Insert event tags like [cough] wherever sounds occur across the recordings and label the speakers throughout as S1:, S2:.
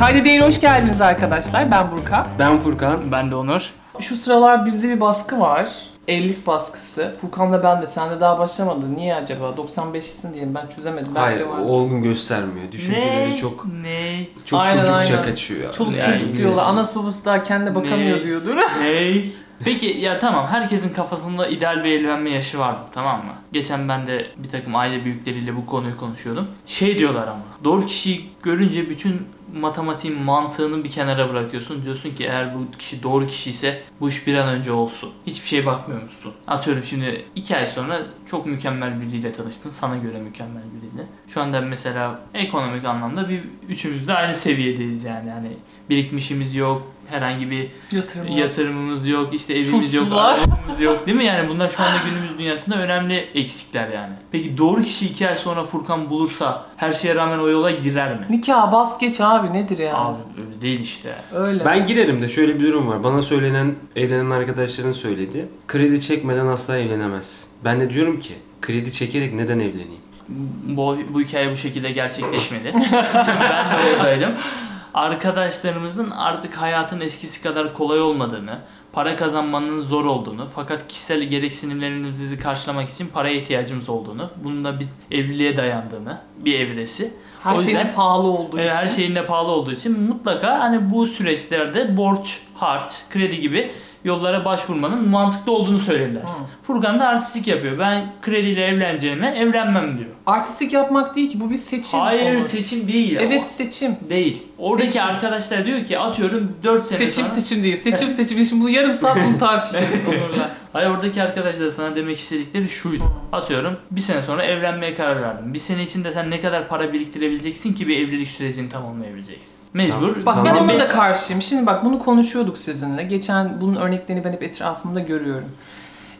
S1: Aynı değil hoş geldiniz arkadaşlar. Ben Burka.
S2: Ben Furkan.
S3: Ben de Onur.
S1: Şu sıralar bizde bir baskı var. Evlilik baskısı. Furkan'la ben de. Sen de daha başlamadın. Niye acaba? 95'lisin diyelim. Ben çözemedim. Ben
S2: Hayır,
S1: de vardı.
S2: olgun göstermiyor. Düşünceleri çok
S3: Ne?
S2: çok
S1: Aynen,
S2: çocukça
S1: aynen.
S2: kaçıyor. ya.
S1: Çoluk
S3: Yani
S1: çocuk
S2: bilirsin.
S1: diyorlar. Anası babası daha kendine bakamıyor
S3: Ne?
S1: diyordur. [laughs]
S3: Ne? Peki ya tamam herkesin kafasında ideal bir evlenme yaşı vardı tamam mı? Geçen ben de bir takım aile büyükleriyle bu konuyu konuşuyordum. Şey diyorlar ama doğru kişiyi görünce bütün matematiğin mantığını bir kenara bırakıyorsun. Diyorsun ki eğer bu kişi doğru kişi ise bu iş bir an önce olsun. Hiçbir şeye bakmıyor musun? Atıyorum şimdi iki ay sonra çok mükemmel biriyle tanıştın. Sana göre mükemmel biriyle. Şu anda mesela ekonomik anlamda bir üçümüz de aynı seviyedeyiz yani. Hani birikmişimiz yok. Herhangi bir
S1: Yatırım.
S3: yatırımımız yok, işte evimiz yok,
S1: Tuzlar.
S3: arabamız yok değil mi? Yani bunlar şu anda günümüz dünyasında önemli eksikler yani. Peki doğru kişi iki ay sonra Furkan bulursa her şeye rağmen o yola girer mi?
S1: Nikah bas geç abi nedir yani?
S3: Abi öyle değil işte.
S1: Öyle.
S2: Ben girerim de şöyle bir durum var. Bana söylenen, evlenen arkadaşların söyledi. Kredi çekmeden asla evlenemez. Ben de diyorum ki kredi çekerek neden evleneyim?
S3: Bu, bu hikaye bu şekilde gerçekleşmedi. ben de oradaydım. Arkadaşlarımızın artık hayatın eskisi kadar kolay olmadığını, para kazanmanın zor olduğunu, fakat kişisel gereksinimlerimizi karşılamak için paraya ihtiyacımız olduğunu, bunun da bir evliliğe dayandığını, bir evresi.
S1: her
S3: o
S1: şeyin
S3: yüzden-
S1: de pahalı olduğu
S3: Evet,
S1: için.
S3: her şey- şeyin de pahalı olduğu için mutlaka hani bu süreçlerde borç, harç, kredi gibi yollara başvurmanın mantıklı olduğunu söylediler.
S1: Hı.
S3: Furkan da artistik yapıyor. Ben krediyle evleneceğime evlenmem diyor.
S1: Artistik yapmak değil ki bu bir seçim.
S3: Hayır
S1: olur.
S3: seçim değil ya.
S1: Evet seçim.
S3: O Değil. Oradaki
S1: Seçim.
S3: arkadaşlar diyor ki atıyorum 4 sene
S1: Seçim
S3: sonra.
S1: seçim değil. Seçim seçim. Şimdi bunu yarım saat bunu
S3: [laughs]
S1: tartışırız Onur'la.
S3: Hayır oradaki arkadaşlar sana demek istedikleri şuydu. Atıyorum bir sene sonra evlenmeye karar verdim. Bir sene içinde sen ne kadar para biriktirebileceksin ki bir evlilik sürecini tamamlayabileceksin. Mecbur.
S1: Bak
S2: Tamam.
S1: ben
S3: Benim-
S1: ona da karşıyım. Şimdi bak bunu konuşuyorduk sizinle. Geçen bunun örneklerini ben hep etrafımda görüyorum.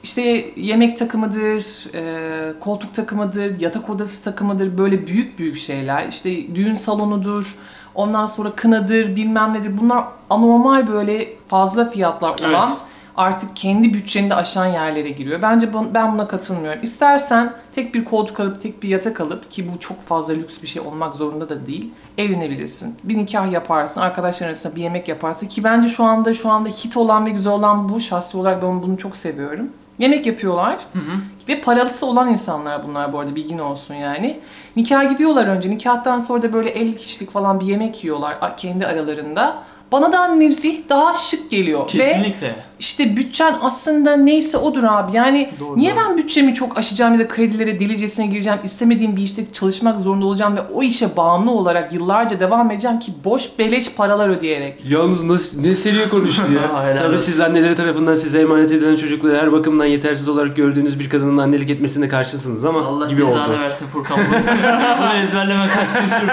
S1: İşte yemek takımıdır, e, koltuk takımıdır, yatak odası takımıdır böyle büyük büyük şeyler. İşte düğün salonudur, ondan sonra kınadır bilmem nedir. Bunlar anormal böyle fazla fiyatlar olan
S3: Evet.
S1: artık kendi bütçeni de aşan yerlere giriyor. Bence bu- ben buna katılmıyorum. İstersen tek bir koltuk alıp tek bir yatak alıp ki bu çok fazla lüks bir şey olmak zorunda da değil. Evlenebilirsin. Bir nikah yaparsın. Arkadaşların arasında bir yemek yaparsın ki bence şu anda şu anda hit olan ve güzel olan bu. Şahsi olarak ben bunu çok seviyorum. Yemek yapıyorlar.
S3: Hı hı.
S1: Ve paralısı olan insanlar bunlar bu arada bilgin olsun yani. Nikah gidiyorlar önce. Nikahtan sonra da böyle 50 kişilik falan bir yemek yiyorlar a- kendi aralarında. Bana daha nezih, daha şık geliyor. Ve
S3: Kesinlikle.
S1: işte bütçen aslında neyse odur abi. Yani
S3: Doğru,
S1: niye
S3: doğru.
S1: ben bütçemi çok aşacağım ya da kredilere delicesine gireceğim, istemediğim bir işte çalışmak zorunda olacağım ve o işe bağımlı olarak yıllarca devam edeceğim ki boş beleş paralar ödeyerek.
S2: Yalnız nasıl, ne seri konuştu
S3: [laughs] Ha,
S2: ya.
S3: helal
S2: Tabii
S3: olsun.
S2: siz anneleri tarafından size emanet edilen çocukları her bakımdan yetersiz olarak gördüğünüz bir kadının annelik etmesine karşısınız ama
S3: Allah
S2: gibi
S3: cezanı
S2: oldu.
S3: versin Furkan bunu. [laughs] bunu ezberleme kaç gün sürdü.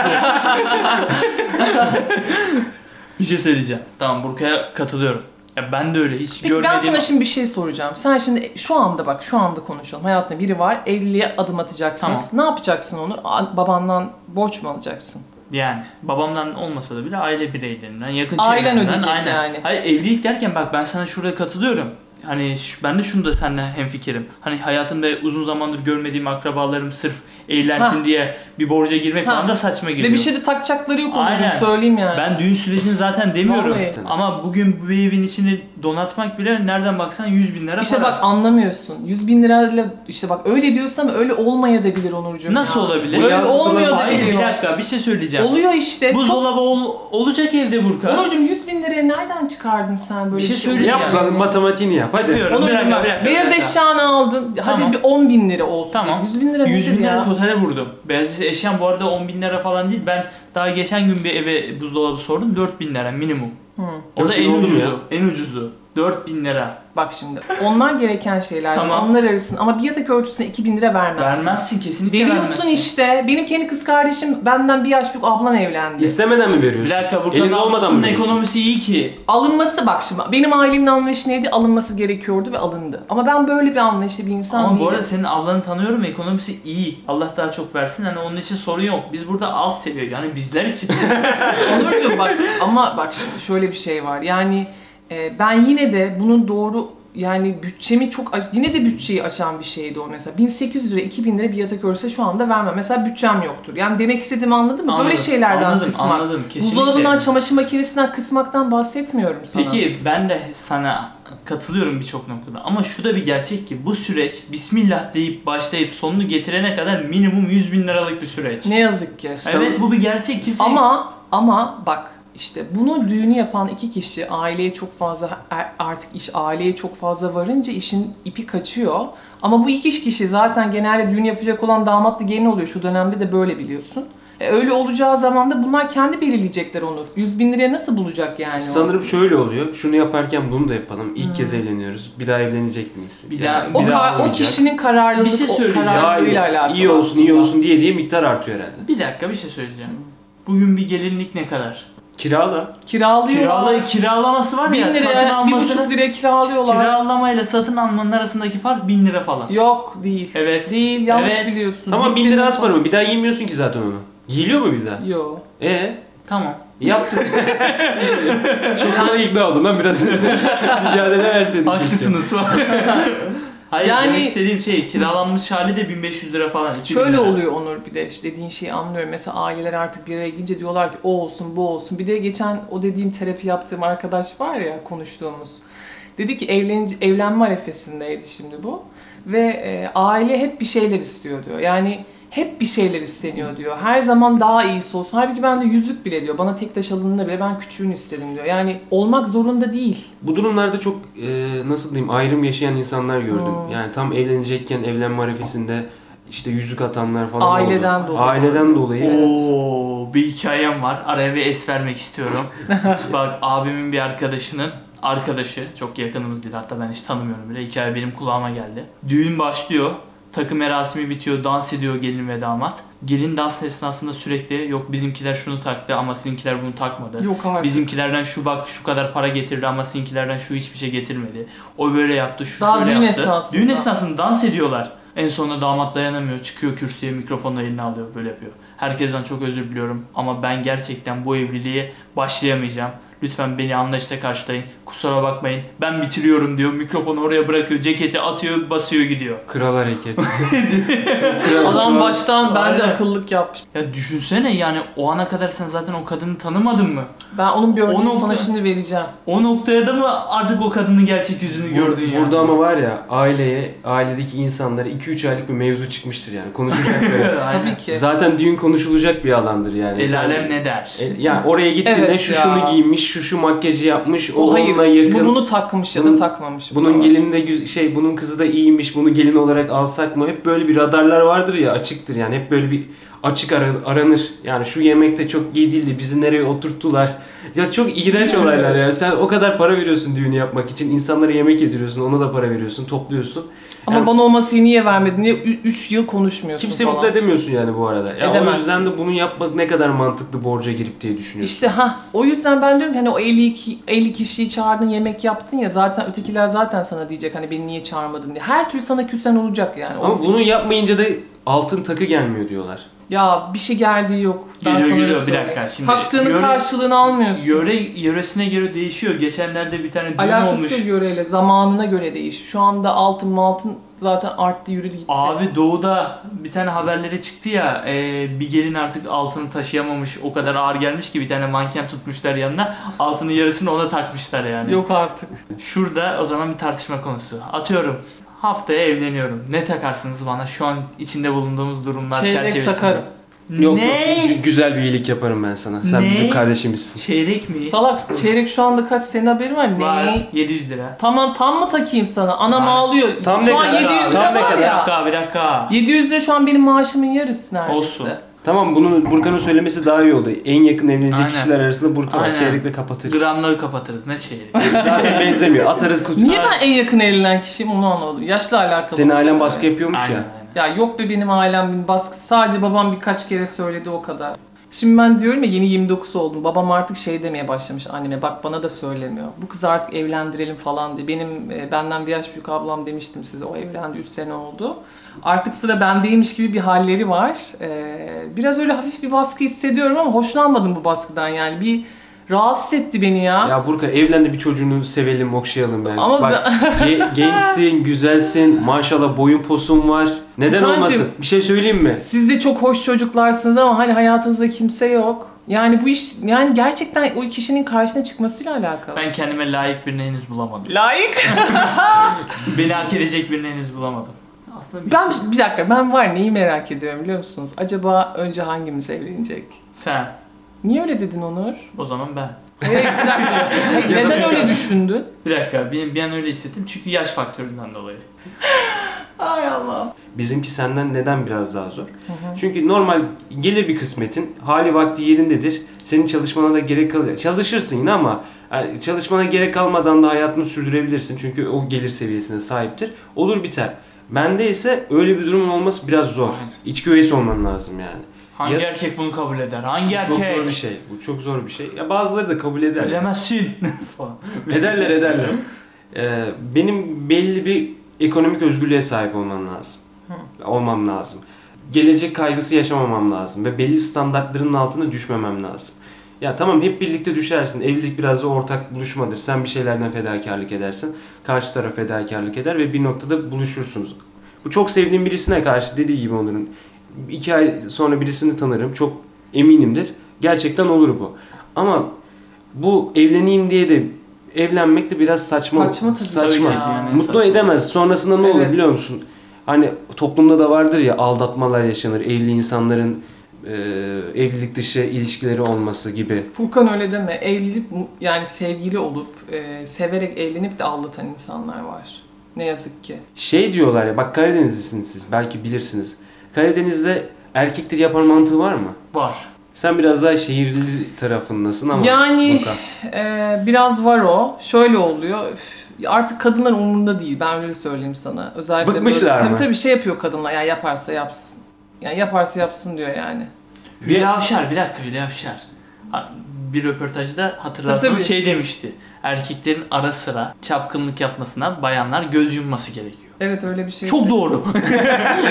S3: bir şey söyleyeceğim. Tamam Burka'ya katılıyorum. Ya ben de öyle hiç
S1: Peki ben
S3: görmediğim...
S1: sana şimdi bir şey soracağım. Sen şimdi şu anda bak şu anda konuşalım. Hayatında biri var. Evliliğe adım atacaksınız. Ne yapacaksın onu? A- Babandan borç mu alacaksın?
S3: Yani babamdan olmasa da bile aile bireylerinden, yakın
S1: Ailen
S3: çevremden.
S1: ödeyecek yani.
S3: Hayır evlilik derken bak ben sana şurada katılıyorum. Hani ş- ben de şunu da seninle hemfikirim. Hani hayatımda uzun zamandır görmediğim akrabalarım sırf eğlensin
S1: Ha.
S3: diye bir borca girmek
S1: Ha.
S3: bana da saçma geliyor.
S1: Ve bir şey de takacakları yok onun
S3: Aynen.
S1: söyleyeyim yani.
S3: Ben düğün sürecini zaten demiyorum.
S1: Vallahi.
S3: Ama bugün bu evin içini donatmak bile nereden baksan 100 bin lira
S1: İşte
S3: para.
S1: bak anlamıyorsun. 100 bin lirayla işte bak öyle diyorsam öyle olmayabilir Onurcuğum.
S3: Nasıl
S1: ya.
S3: olabilir?
S1: Öyle
S2: Yansıtılan-
S1: olmuyor da
S3: Hayır bir
S1: biliyor.
S3: dakika bir şey söyleyeceğim.
S1: Oluyor işte. Çok...
S3: Buzdolabı ol- olacak evde Burka.
S1: Onurcuğum 100 bin liraya nereden çıkardın sen böyle
S3: Bir şey söyleyeceğim.
S2: Yap lan matematiğini yap hadi.
S3: Yapıyorum.
S1: Onurcuğum
S3: Bir dakika,
S1: bak
S3: bir dakika,
S1: beyaz
S3: bir dakika.
S1: eşyanı aldın.
S3: Tamam.
S1: Hadi bir 10 bin lira olsun.
S3: Tamam.
S1: 100 bin lira
S3: 100
S1: nedir
S3: bin lira
S1: ya?
S3: totale vurdum. Beyaz eşyam bu arada 10 bin lira falan değil. Ben daha geçen gün bir eve buzdolabı sordum. 4 bin lira minimum.
S1: Hı.
S3: O da
S2: 4 bin
S3: en
S2: oldu mu
S3: ucuzu.
S2: ya?
S3: En ucuzu. 4 bin lira.
S1: Bak şimdi onlar gereken şeyler
S3: Tamam.
S1: onlar arasın ama bir yatak örtüsüne 2000 lira vermezsin.
S3: Vermezsin kesinlikle
S1: Veriyorsun
S3: vermezsin.
S1: işte. Benim kendi kız kardeşim benden bir yaş büyük ablam evlendi.
S2: İstemeden mi
S3: Bir
S2: veriyorsun?
S3: dakika
S2: Elinde
S3: Burka'nın
S2: olmadan
S3: ablasının
S2: mı veriyorsun?
S3: ekonomisi iyi ki.
S1: Alınması bak şimdi benim ailemin anlayışı neydi? Alınması gerekiyordu ve alındı. Ama ben böyle bir anlayışlı bir insan
S3: Ama bu
S1: değilim.
S3: arada senin ablanı tanıyorum ekonomisi iyi. Allah daha çok versin. Hani onun için sorun yok. Biz burada alt seviyor. Yani
S1: [laughs]
S3: bizler için.
S1: Onurcuğum bak ama bak şimdi şöyle bir şey var. Yani e, ben yine de bunun doğru yani bütçemi çok aç- yine de bütçeyi açan bir şeydi o mesela. 1800 lira 2000 lira bir yatak örse şu anda vermem. Mesela bütçem yoktur. Yani demek istediğimi anladın mı?
S3: Anladım,
S1: Böyle şeylerden
S3: anladım,
S1: kısmak.
S3: Anladım, kesinlikle.
S1: Buzdolabından, çamaşır makinesinden kısmaktan bahsetmiyorum sana.
S3: Peki ben de sana katılıyorum birçok noktada ama şu da bir gerçek ki bu süreç Bismillah deyip başlayıp sonunu getirene kadar minimum 100 bin liralık bir süreç.
S1: ne yazık ki.
S3: Evet bu bir gerçek ki
S1: Ama ama bak işte bunu düğünü yapan iki kişi aileye çok fazla er- artık iş aileye çok fazla varınca işin ipi kaçıyor. Ama bu iki kişi zaten genelde düğün yapacak olan damatlı gelin oluyor şu dönemde de böyle biliyorsun. E, öyle olacağı zaman da bunlar kendi belirleyecekler Onur. 100 bin liraya nasıl bulacak yani? o?
S2: Sanırım şöyle oluyor. Şunu yaparken bunu da yapalım. İlk kez evleniyoruz. Bir daha evlenecek miyiz?
S3: Hmm. Bir daha-
S1: o,
S3: bir
S1: kar- o
S2: olacak.
S1: kişinin kararlılık,
S3: Bir şey
S1: o
S3: söyleyeceğim.
S2: Daha iyi,
S1: kararlılığıyla alakalı.
S2: iyi olsun iyi
S1: aslında.
S2: olsun diye diye miktar artıyor herhalde.
S3: bir dakika bir şey söyleyeceğim. Bugün bir gelinlik ne kadar?
S2: Kirala.
S1: Kiralıyorlar.
S3: Kirala, kiralaması var
S1: Bin
S3: ya satın
S1: liraya, bir buçuk
S3: almasını
S1: liraya kiralıyorlar.
S3: kiralamayla satın almanın arasındaki fark 1000 lira falan.
S1: Yok değil.
S3: Evet.
S1: Değil yanlış
S3: Evet.
S1: biliyorsun.
S2: Tamam 1000
S1: Diktin-
S2: lira az para mı? Bir daha giymiyorsun ki zaten onu. Giyiliyor mu bir daha?
S1: Yok.
S2: E
S3: Tamam.
S1: [laughs]
S2: yaptın. Çok kolay ikna oldun lan biraz. Mücadele verseydin. keşke.
S3: Haklısınız. [laughs] Hayır
S1: Yani-
S3: demek istediğim şey kiralanmış hali de 1500 lira falan. 2000
S1: Şöyle
S3: lira.
S1: oluyor Onur bir de işte dediğin şeyi anlıyorum. Mesela aileler artık bir araya gelince diyorlar ki o olsun bu olsun. Bir de geçen o dediğim terapi yaptığım arkadaş var ya konuştuğumuz. Dedi ki evlenince, evlenme arefesindeydi şimdi bu. Ve e, aile hep bir şeyler istiyor diyor. Yani hep bir şeyler isteniyor diyor. Her zaman daha iyisi olsun. Halbuki ben de yüzük bile diyor. Bana tek taş alınında bile ben küçüğünü istedim diyor. Yani olmak zorunda değil.
S2: Bu durumlarda çok e, nasıl diyeyim ayrım yaşayan insanlar gördüm.
S1: Hmm.
S2: Yani tam evlenecekken evlenme arifesinde işte yüzük atanlar falan
S1: Aileden
S2: oldu.
S1: dolayı.
S2: Aileden dolayı. Evet.
S3: Oo, bir hikayem var. Araya bir es vermek istiyorum. Bak abimin bir arkadaşının arkadaşı çok yakınımız değil hatta ben hiç tanımıyorum bile. Hikaye benim kulağıma geldi. Düğün başlıyor. Takım merasimi bitiyor. Dans ediyor gelin ve damat. Gelin dans esnasında sürekli yok bizimkiler şunu taktı ama sizinkiler bunu takmadı.
S1: Yok artık.
S3: Bizimkilerden şu bak şu kadar para getirdi ama sizinkilerden şu hiçbir şey getirmedi. O böyle yaptı, şu
S1: Daha
S3: şöyle
S1: düğün
S3: yaptı.
S1: esnasında.
S3: Düğün esnasında dans ediyorlar. En sonunda damat dayanamıyor. Çıkıyor kürsüye mikrofonla eline alıyor. Böyle yapıyor. Herkesten çok özür diliyorum ama ben gerçekten bu evliliğe başlayamayacağım. Lütfen beni anlayışla karşılayın. Kusura bakmayın. Ben bitiriyorum diyor. Mikrofonu oraya bırakıyor. Ceketi atıyor, basıyor gidiyor.
S2: Kral hareket. Kral-
S1: Adam baştan bence
S3: Aynen.
S1: akıllık yapmış.
S3: Ya düşünsene yani o ana kadar sen zaten o kadını tanımadın mı?
S1: Ben onun bir örneğini
S3: Onu-
S1: sana şimdi vereceğim.
S3: O noktaya da mı artık o kadının gerçek yüzünü gördün yani?
S2: Burada ama var ya aileye, ailedeki insanlara 2-3 aylık bir mevzu çıkmıştır yani konuşulacak.
S3: [laughs]
S1: [laughs]
S3: Aynen.
S1: Tabii ki.
S2: Zaten düğün konuşulacak bir alandır yani.
S3: El
S2: Sen-
S3: alem ne der?
S2: E, Yani oraya gittiğinde
S1: Evet
S2: şu
S1: ya.
S2: şunu giymiş, şu şu makyajı yapmış, o,
S1: O hayır.
S2: onunla yakın.
S1: Bu bunu takmış ya da
S2: Bunun-
S1: takmamış.
S2: Bunun
S1: Bu da
S2: gelini de güz- şey bunun kızı da iyiymiş. Bunu gelin olarak alsak mı? Hep böyle bir radarlar vardır ya açıktır yani. Hep böyle bir açık ara- aranır. Yani şu yemekte çok iyi değildi. Bizi nereye oturttular? Ya çok [laughs] iğrenç olaylar yani. Sen o kadar para veriyorsun düğünü yapmak için. İnsanlara yemek yediriyorsun. Ona da para veriyorsun. Topluyorsun.
S1: Ama
S2: Yani
S1: bana o masayı niye vermedin diye 3 yıl konuşmuyorsun
S2: kimse
S1: falan.
S2: mutlu edemiyorsun yani bu arada. Ya o
S1: Edemezsin.
S2: yüzden de bunu yapmak ne kadar mantıklı borca girip diye düşünüyorsun.
S1: İşte ha o yüzden ben diyorum ki hani o 52 50 kişiyi çağırdın yemek yaptın ya zaten ötekiler zaten sana diyecek hani beni niye çağırmadın diye. Her türlü sana küsen olacak yani. O
S2: Ama bunu
S1: fix.
S2: yapmayınca da altın takı gelmiyor diyorlar.
S1: Ya bir şey geldiği yok. Ben
S3: Geliyor,
S1: sana öyle
S3: geliyor. Bir
S1: söyleyeyim.
S3: dakika, şimdi
S1: Taktığının
S3: yöre-
S1: karşılığını almıyorsun.
S3: Yöre yöresine göre değişiyor. Geçenlerde bir tane düğün
S1: Alakası
S3: olmuş.
S1: yöreyle zamanına göre değişiyor. Şu anda altın altın zaten arttı yürüdü gitti.
S3: Abi doğuda bir tane haberlere çıktı ya e, bir gelin artık altını taşıyamamış o kadar ağır gelmiş ki bir tane manken tutmuşlar yanına altının yarısını ona takmışlar yani.
S1: Yok artık.
S3: Şurada o zaman bir tartışma konusu. Atıyorum haftaya evleniyorum. Ne takarsınız bana şu an içinde bulunduğumuz durumlar
S1: Çeyrek
S3: çerçevesinde?
S1: takarım.
S2: Yok,
S3: ne?
S2: yok, gü- güzel bir iyilik yaparım ben sana. Sen
S3: Ne?
S2: bizim kardeşimizsin.
S3: Çeyrek mi?
S1: Salak çeyrek şu anda kaç senin haberin var?
S3: Var,
S1: Ne?
S3: 700 lira.
S1: Tamam tam mı takayım sana? Anam
S3: Aynen.
S1: ağlıyor.
S2: Tam
S1: şu
S2: ne
S1: an
S2: kadar
S1: 700
S2: abi?
S1: lira
S2: Tam ne
S1: var
S2: kadar?
S3: Bir
S1: ya.
S3: dakika bir dakika.
S1: 700 lira şu an benim maaşımın yarısı neredeyse.
S3: Olsun.
S2: Tamam bunu Burkan'ın söylemesi daha iyi oldu. En yakın evlenecek
S3: Aynen.
S2: kişiler arasında Burkan var.
S3: Aynen.
S2: Çeyrekle kapatırız.
S3: Gramları kapatırız ne çeyreği.
S2: Zaten benzemiyor.
S3: [laughs]
S2: Atarız kutuya.
S1: Niye ben en yakın eğlenen kişiyim onu anlamadım. Yaşla alakalı.
S2: Senin
S1: olmuş
S2: ailen
S1: yani.
S2: baskı yapıyormuş
S3: Aynen,
S2: ya.
S3: aynen.
S1: Ya yok be benim ailem bir baskı. Sadece babam birkaç kere söyledi o kadar. Şimdi ben diyorum ya yeni 29 oldum. Babam artık şey demeye başlamış anneme. Bak bana da söylemiyor. Bu kızı artık evlendirelim falan diye. Benim e, benden bir yaş büyük ablam demiştim size. O evlendi 3 sene oldu. Artık sıra bendeymiş gibi bir halleri var. E, biraz öyle hafif bir baskı hissediyorum ama hoşlanmadım bu baskıdan yani. Bir Rahatsız etti beni ya.
S2: Ya Burka evlen de bir çocuğunu sevelim, okşayalım yani.
S1: Ama
S2: Bak
S3: [laughs]
S2: ge- gençsin, güzelsin, maşallah boyun posun var. Neden
S1: Burkancığım.
S2: olmasın? Bir şey söyleyeyim mi?
S1: Siz de çok hoş çocuklarsınız ama hani hayatınızda kimse yok. Yani bu iş yani gerçekten o kişinin karşına çıkmasıyla alakalı.
S3: Ben kendime layık birini henüz bulamadım.
S1: Layık.
S3: Beni hak edecek birini henüz bulamadım. Aslında bir şey-
S1: Ben bir dakika ben var neyi merak ediyorum biliyor musunuz? Acaba önce hangimiz evlenecek?
S3: sen.
S1: Niye öyle dedin
S3: [laughs]
S1: Onur?
S3: O zaman ben.
S1: Hayır, bir dakika. Hayır, Neden öyle düşündün?
S3: Bir dakika benim bir an öyle hissettim çünkü yaş faktöründen dolayı.
S1: Ay Allah.
S2: Bizimki senden neden biraz daha zor? Çünkü normal gelir bir kısmetin, hali vakti yerindedir. Senin çalışmana da gerek kalacak. Çalışırsın yine ama yani çalışmana gerek kalmadan da hayatını sürdürebilirsin. Çünkü o gelir seviyesine sahiptir. Olur biter. Bende ise öyle bir durumun olması biraz zor.
S3: Aynen.
S2: İçki üyesi olman lazım yani.
S3: Hangi
S2: Ya-
S3: erkek bunu kabul eder? Hangi
S2: Bu çok
S3: erkek?
S2: zor bir şey. Bu çok zor bir şey. Ya bazıları da kabul eder.
S3: Bilemezsin [laughs] falan.
S2: Ederler ederler. Ee, benim belli bir ekonomik özgürlüğe sahip olman lazım. Olmam lazım. Gelecek kaygısı yaşamamam lazım ve belli standartların altına düşmemem lazım. Ya tamam hep birlikte düşersin. Evlilik biraz da ortak buluşmadır. Sen bir şeylerden fedakarlık edersin. Karşı taraf fedakarlık eder ve bir noktada buluşursunuz. Bu çok sevdiğim birisine karşı dediği gibi onların. iki ay sonra birisini tanırım. Çok eminimdir. Gerçekten olur bu. Ama bu evleneyim diye de evlenmek de biraz saçma.
S1: Saçma tabii
S2: Saçma.
S1: ki
S3: yani.
S2: Mutlu
S3: Saçma.
S2: edemez. Sonrasında ne olur
S1: Evet.
S2: biliyor musun? Hani toplumda da vardır ya aldatmalar yaşanır. Evli insanların e, evlilik dışı ilişkileri olması gibi.
S1: Furkan öyle deme. Evlilik yani sevgili olup e, severek evlenip de aldatan insanlar var. Ne yazık ki.
S2: Şey diyorlar ya bak Karadenizlisiniz siz belki bilirsiniz. Karadeniz'de erkektir yapar mantığı var mı?
S3: Var.
S2: Sen biraz daha şehirli tarafındasın ama.
S1: Yani-
S2: Burkan.
S1: Ee, biraz var o. Şöyle oluyor. üf, artık kadınlar umurunda değil. Ben öyle söyleyeyim sana. Özellikle
S2: Bıkmışlar
S1: böyle-
S2: mı?
S1: Tabii tabii şey yapıyor kadınlar. Ya yaparsa yapsın. Ya yaparsa yapsın diyor yani.
S2: Bir-
S3: Hülya Avşar bir dakika Hülya Avşar. Ha, Bir röportajda hatırlarsanız
S1: Tabii, tabii.
S3: şey demişti. Erkeklerin ara sıra çapkınlık yapmasına bayanlar göz yumması gerekiyor.
S1: Evet öyle bir şey.
S3: Çok doğru. [laughs]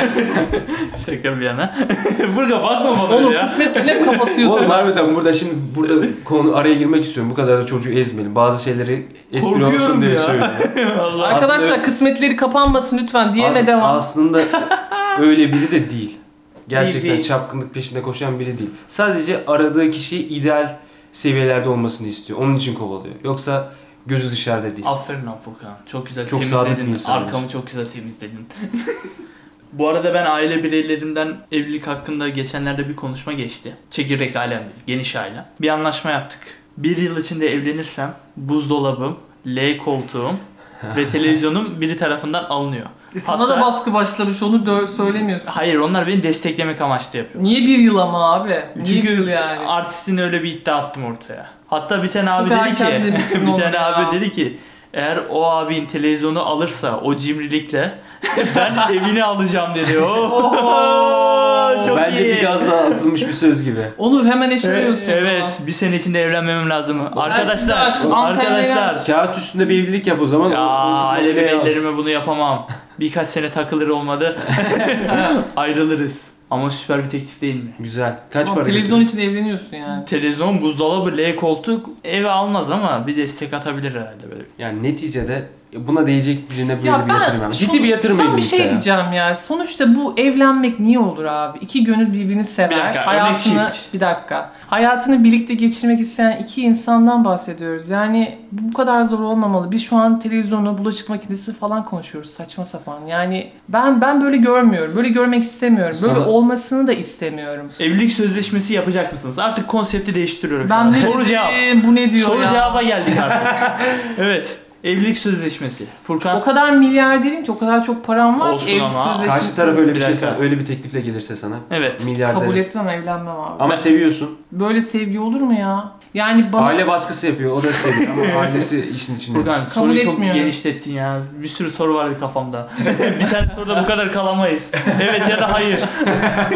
S3: Şaka bir yana. [laughs] Burka bakma bana
S1: Onu
S3: ya. [laughs]
S1: kısmet öyle mi kapatıyorsun?
S2: Oğlum harbiden burada şimdi burada konu araya girmek istiyorum. Bu kadar da çocuğu ezmeyelim. Bazı şeyleri espri
S3: Korkuyorum
S2: olsun diye
S3: ya.
S2: söylüyorum.
S3: Allah.
S1: Arkadaşlar
S2: Aslında-
S1: kısmetleri kapanmasın lütfen diye
S2: As-
S1: ve devam. [laughs]
S2: Aslında öyle biri de değil. Gerçekten
S1: Değil, değil.
S2: çapkınlık peşinde koşan biri değil. Sadece aradığı kişiyi ideal seviyelerde olmasını istiyor. Onun için kovalıyor. Yoksa gözü dışarıda değil.
S3: Aferin lan Furkan. Çok güzel
S2: Çok sadık bir
S3: temizledin.
S2: insanmış.
S3: Arkamı çok güzel temizledin. [laughs] Bu arada ben aile bireylerimden evlilik hakkında geçenlerde bir konuşma geçti. Çekirdek ailem değil, geniş aile. Bir anlaşma yaptık. Bir yıl içinde evlenirsem buzdolabım, L koltuğum
S2: [laughs]
S3: ve televizyonum biri tarafından alınıyor.
S1: E, Sana
S3: Hatta-
S1: da baskı başlamış onu dö- söylemiyorsun.
S3: Hayır onlar beni desteklemek amaçlı yapıyor.
S1: Niye bir yıl ama abi? Niye
S3: Çünkü
S1: bir yıl
S3: [laughs]
S1: yani?
S3: artistin öyle bir iddia attım ortaya. Hatta bir tane abi
S1: Çok
S3: dedi
S1: erken
S3: [laughs] ki,
S1: demişsin
S3: bir
S1: oğlum
S3: tane
S1: ya.
S3: abi dedi ki eğer o abin televizyonu alırsa o cimrilikle [laughs] ben evini
S1: [laughs]
S3: alacağım dedi. Oh. Oo,
S1: Oho.
S3: çok
S2: Bence
S3: iyi.
S2: bir gaz daha atılmış bir söz gibi.
S3: [laughs]
S1: Onur hemen
S3: Evet,
S1: eşeliyorsun. o
S3: evet,
S1: zaman.
S3: bir sene içinde evlenmemem lazım.
S1: size
S3: Arkadaşlar,
S1: aç- Antalya'ya
S3: arkadaşlar.
S1: aç.
S2: Kağıt üstünde bir evlilik yap o zaman.
S3: Ya
S2: O- o-
S3: aile
S2: o-
S3: bireylerime bunu yapamam. Birkaç sene
S1: [laughs]
S3: takılır olmadı. Ayrılırız. Ama süper bir teklif değil mi?
S2: Güzel. Kaç
S1: Ama
S2: para
S1: televizyon
S2: getirdin?
S1: için evleniyorsun yani.
S3: Televizyon, buzdolabı, L koltuk eve almaz ama bir şey. destek atabilir herhalde böyle.
S2: Yani neticede buna değecek birine böyle
S1: Ya
S2: bir
S1: ben-
S2: yatırım yapmış. Ciddi
S1: Sonu-
S2: bir yatırım
S1: Ben bir
S2: edilmiş
S1: şey
S2: ya.
S1: diyeceğim ya. Sonuçta bu evlenmek niye olur abi? İki gönül birbirini sever.
S3: Bir dakika,
S1: hayatını
S3: örnek çift.
S1: bir dakika. Hayatını birlikte geçirmek isteyen iki insandan bahsediyoruz. Yani bu kadar zor olmamalı. Biz şu an televizyonu, bulaşık makinesi falan konuşuyoruz saçma sapan. Yani ben ben böyle görmüyorum. Böyle görmek istemiyorum. Böyle
S2: Sana-
S1: olmasını da istemiyorum.
S3: Evlilik sözleşmesi yapacak mısınız? Artık konsepti değiştiriyorum.
S1: Ben ne
S3: soru cevap.
S1: dedim, bu ne diyor
S3: Soru
S1: ya?
S3: cevaba geldik
S1: [laughs]
S3: artık. evet. Evlilik sözleşmesi. Furkan
S1: O kadar milyarderim ki o kadar çok param var
S3: Olsun
S1: ki evlilik
S3: ama.
S1: sözleşmesi-
S2: Karşı taraf öyle bir,
S3: Bir
S2: şey
S3: dakika.
S2: öyle bir teklifle gelirse sana.
S3: Evet.
S2: Milyarder.
S1: Kabul etmem evlenmem abi.
S2: Ama seviyorsun.
S1: Böyle sevgi olur mu ya? Yani bana
S2: Aile baskısı yapıyor. O da seviyor
S3: [laughs]
S2: ama ailesi işin içinde.
S3: Furkan
S1: Kabul
S3: soruyu çok
S1: etmiyorum.
S3: genişlettin ya. Bir sürü soru vardı
S1: [laughs]
S3: kafamda. [laughs] bir tane soruda bu kadar kalamayız. Evet ya da hayır.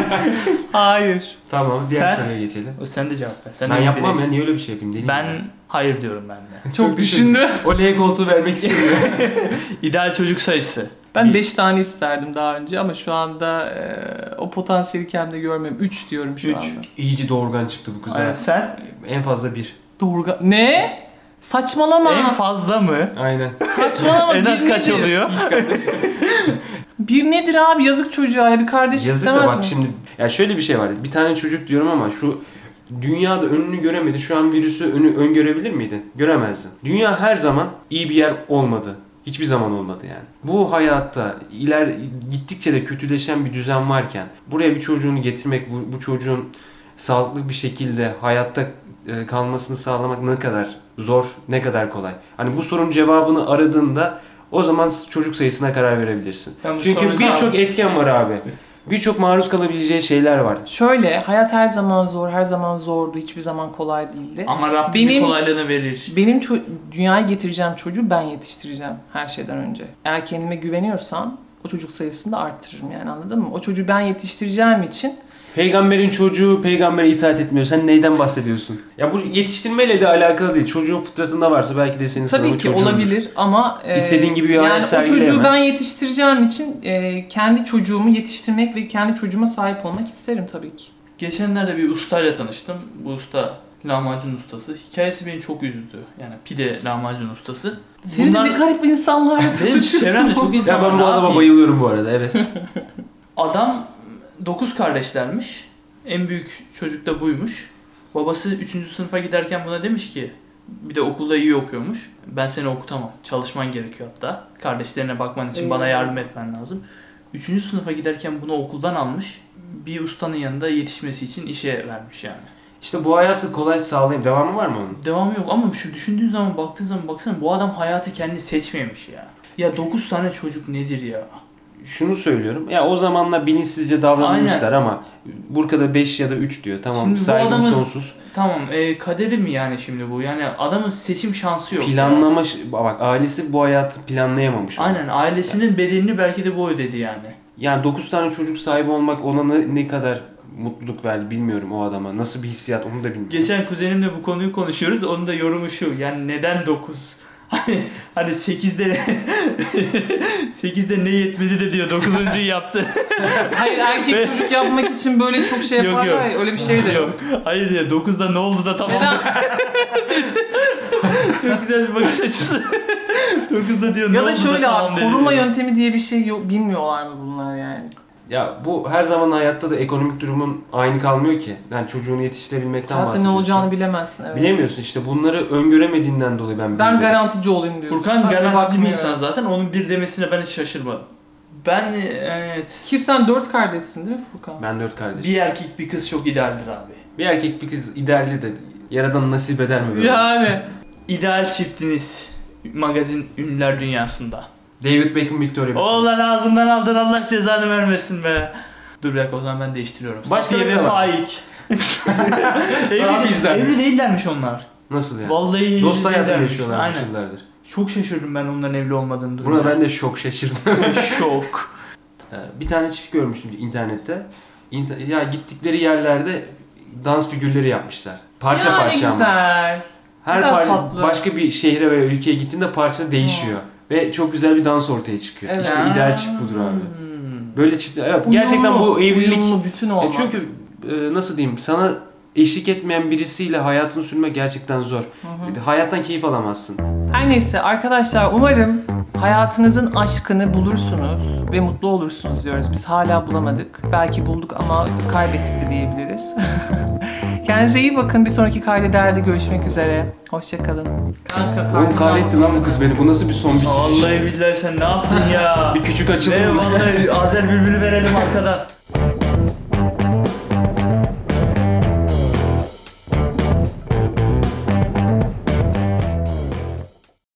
S3: [laughs]
S1: hayır.
S2: Tamam diğer
S3: Sen-
S2: soruya geçelim.
S3: O sen de cevap ver. Sen de
S2: ben
S3: bir
S2: yapmam ya
S3: bireysin.
S2: niye öyle bir şey yapayım deli miyim
S3: Ben hayır diyorum ben de.
S1: Çok, düşündü.
S2: ben? O L koltuğu
S3: [laughs]
S2: vermek istemiyorum.
S3: İdeal çocuk sayısı.
S1: Ben
S3: Bir-
S1: 5 tane isterdim daha önce ama şu anda e, o potansiyeli kendimde görmüyorum. 3 diyorum şu
S3: Üç.
S1: anda.
S2: İyice doğurgan çıktı bu kız.
S3: Aynen,
S2: ha.
S3: Ee, sen
S2: En fazla bir.
S1: Dorga... Ne? Saçmalama.
S3: En fazla mı?
S2: Aynen.
S1: Saçmalama.
S3: [laughs] en az
S1: bir
S3: kaç
S1: nedir?
S3: oluyor?
S1: Bir nedir abi? Yazık çocuğa ya. Bir kardeş
S2: Yazık da
S1: istemez
S2: bak
S1: mi?
S2: şimdi ya şöyle bir şey var. Bir tane çocuk diyorum ama şu dünyada önünü göremedi. Şu an virüsü önü öngörebilir miydi? Göremezdi. Dünya her zaman iyi bir yer olmadı. Hiçbir zaman olmadı yani. Bu hayatta iler gittikçe de kötüleşen bir düzen varken buraya bir çocuğunu getirmek, bu, bu çocuğun sağlıklı bir şekilde hayatta e, kalmasını sağlamak ne kadar zor, ne kadar kolay. Hani bu sorunun cevabını aradığında o zaman çocuk sayısına karar verebilirsin.
S3: Ben bu
S2: Çünkü
S3: soruyu-
S2: birçok etken var abi. Birçok maruz kalabileceği şeyler var.
S1: Şöyle hayat her zaman zor, her zaman zordu. Hiçbir zaman kolay değildi.
S3: Ama Rabbim bir
S1: Benim-
S3: kolaylığını verir.
S1: Benim ço- dünyaya getireceğim çocuğu ben yetiştireceğim her şeyden önce. Eğer kendime güveniyorsam o çocuk sayısını da arttırırım yani anladın mı? O çocuğu ben yetiştireceğim için
S2: Peygamberin çocuğu peygambere itaat etmiyor. Sen neyden bahsediyorsun? Ya bu yetiştirmeyle de alakalı değil. Çocuğun fıtratında varsa belki de senin
S1: tabii
S2: sınavın
S1: ki
S2: çocuğundur.
S1: olabilir ama e,
S2: İstediğin gibi bir hayat
S1: yani o
S2: sergileyemez.
S1: çocuğu ben yetiştireceğim için e, kendi çocuğumu yetiştirmek ve kendi çocuğuma sahip olmak isterim tabii ki.
S3: Geçenlerde bir ustayla tanıştım. Bu usta lahmacun ustası. Hikayesi beni çok üzdü. Yani pide lahmacun ustası.
S2: [laughs]
S1: Senin de ne garip
S3: [laughs]
S1: insanlarla
S3: Benim çevremde
S1: tanışıyorsun.
S3: çok insan
S2: Ya
S3: var,
S2: ben
S3: ne
S2: bu adama
S3: yapayım?
S2: bayılıyorum bu arada evet. [laughs]
S3: Adam 9 kardeşlermiş. En büyük çocuk da buymuş. Babası 3. sınıfa giderken buna demiş ki bir de okulda iyi okuyormuş. Ben seni okutamam. Çalışman gerekiyor hatta. Kardeşlerine bakman için bana
S2: Ee.
S1: Eyvah.
S3: yardım etmen lazım. 3. sınıfa giderken bunu okuldan almış. Bir ustanın yanında yetişmesi için işe vermiş yani.
S2: işte bu hayatı kolay sağlayıp devamı var mı onun?
S3: Devamı yok ama şu düşündüğün zaman baktığın zaman baksana bu adam hayatı kendi seçmemiş ya. Ya 9 tane çocuk nedir ya?
S2: Şunu söylüyorum. Ya o zamanla bilinçsizce davranmışlar ama Burka'da 5 ya da 3 diyor. Tamam
S3: Şimdi bu
S2: saygım
S3: adamın-
S2: sonsuz.
S3: Tamam e, kaderi mi yani şimdi bu? Yani adamın seçim şansı yok. ya.
S2: Planlama ş- bak ailesi bu hayatı planlayamamış.
S3: Aynen ailesinin bedelini belki de bu ödedi yani.
S2: Yani 9 tane çocuk sahibi olmak ona ne, ne kadar mutluluk verdi bilmiyorum o adama. Nasıl bir hissiyat onu da bilmiyorum.
S3: Geçen kuzenimle bu konuyu konuşuyoruz. Onun da yorumu şu. Yani neden 9? [laughs] Hani hani 8'de [laughs] 8'de ne yetmedi de diyor 9. yaptı.
S1: [laughs] Hayır erkek çocuk yapmak için böyle çok şey
S3: Yok,
S1: yaparlar
S3: yok.
S1: ya, öyle bir şey de yok.
S3: [laughs] Yok. Hayır ya 9'da ne oldu da tamam.
S1: Neden?
S3: Çok güzel bir
S2: [laughs]
S3: bakış açısı. 9'da diyor [laughs] ne
S1: Ya
S3: oldu
S1: da şöyle
S3: tamam
S1: abi
S3: dedi
S1: koruma
S3: diyor.
S1: yöntemi diye bir şey yok bilmiyorlar mı bunlar yani?
S2: Ya bu her zaman hayatta da ekonomik durumun aynı kalmıyor ki. Yani çocuğunu yetiştirebilmekten
S1: Hayatta ne
S2: bahsediyorsun.
S1: olacağını bilemezsin evet.
S2: Bilemiyorsun işte bunları öngöremediğinden dolayı ben
S1: Ben
S2: bilmiyorum.
S1: garantici olayım diyorsun.
S3: Furkan
S1: Ben de
S3: garantici bir
S1: bakmıyorum.
S3: insan zaten. Onun bir demesine ben hiç şaşırmadım. Ben evet
S1: Ki sen dört kardeşsin değil mi Furkan?
S2: Ben dört kardeşim.
S3: bir erkek bir kız çok idealdir abi.
S2: Bir erkek bir kız idealli de yaradan nasip eder mi böyle?
S1: Yani.
S3: İdeal çiftiniz magazin ünlüler dünyasında.
S2: David Beckham Victoria Beckham.
S3: Oğlan ağzından aldın Allah cezanı vermesin be. Dur bir dakika o zaman ben değiştiriyorum.
S2: Başka
S3: Safiye
S2: biri
S3: ve
S2: de var.
S3: Faik.
S2: [laughs] Daha
S3: evli,
S2: bizden.
S3: evli değillermiş onlar.
S2: Nasıl yani?
S3: Vallahi evli
S2: Dost hayatını
S3: değillermiş.
S2: yaşıyorlarmış
S3: Aynen.
S2: yıllardır.
S3: Çok şaşırdım ben onların evli olmadığını duyunca.
S2: Buna ben de şok şaşırdım.
S3: [laughs] şok.
S2: Ee, bir tane çift görmüştüm internette. İnter- ya gittikleri yerlerde dans figürleri yapmışlar. Parça
S1: Ya ne
S2: parça ama.
S1: güzel.
S2: Her
S1: Biraz
S2: parça
S1: tatlı.
S2: başka bir şehre veya ülkeye gittiğinde parça değişiyor. Ve çok güzel bir dans ortaya çıkıyor.
S1: Evet.
S2: İşte ideal çift budur abi.
S3: Hmm.
S2: Böyle çiftler. evet, gerçekten
S1: Uyumlu,
S2: bu evlilik.
S1: Uyumlu bütün
S2: Ya
S1: olmak.
S2: çünkü e, nasıl diyeyim sana eşlik etmeyen birisiyle hayatını sürmek gerçekten zor. E,
S1: Hı
S2: Hayattan keyif alamazsın.
S1: Her neyse arkadaşlar umarım hayatınızın aşkını bulursunuz ve mutlu olursunuz diyoruz. Biz hala bulamadık. Belki bulduk ama kaybettik de diyebiliriz. [laughs] Kendinize iyi bakın. Bir sonraki kaydederde görüşmek üzere. Hoşçakalın. Kanka
S2: Oğlum kahretti lan bu kız beni. Bu nasıl bir son bitiş?
S3: Vallahi billahi sen ne yaptın ya?
S2: Bir küçük açılım.
S3: Ne vallahi Azer bülbülü verelim arkadan.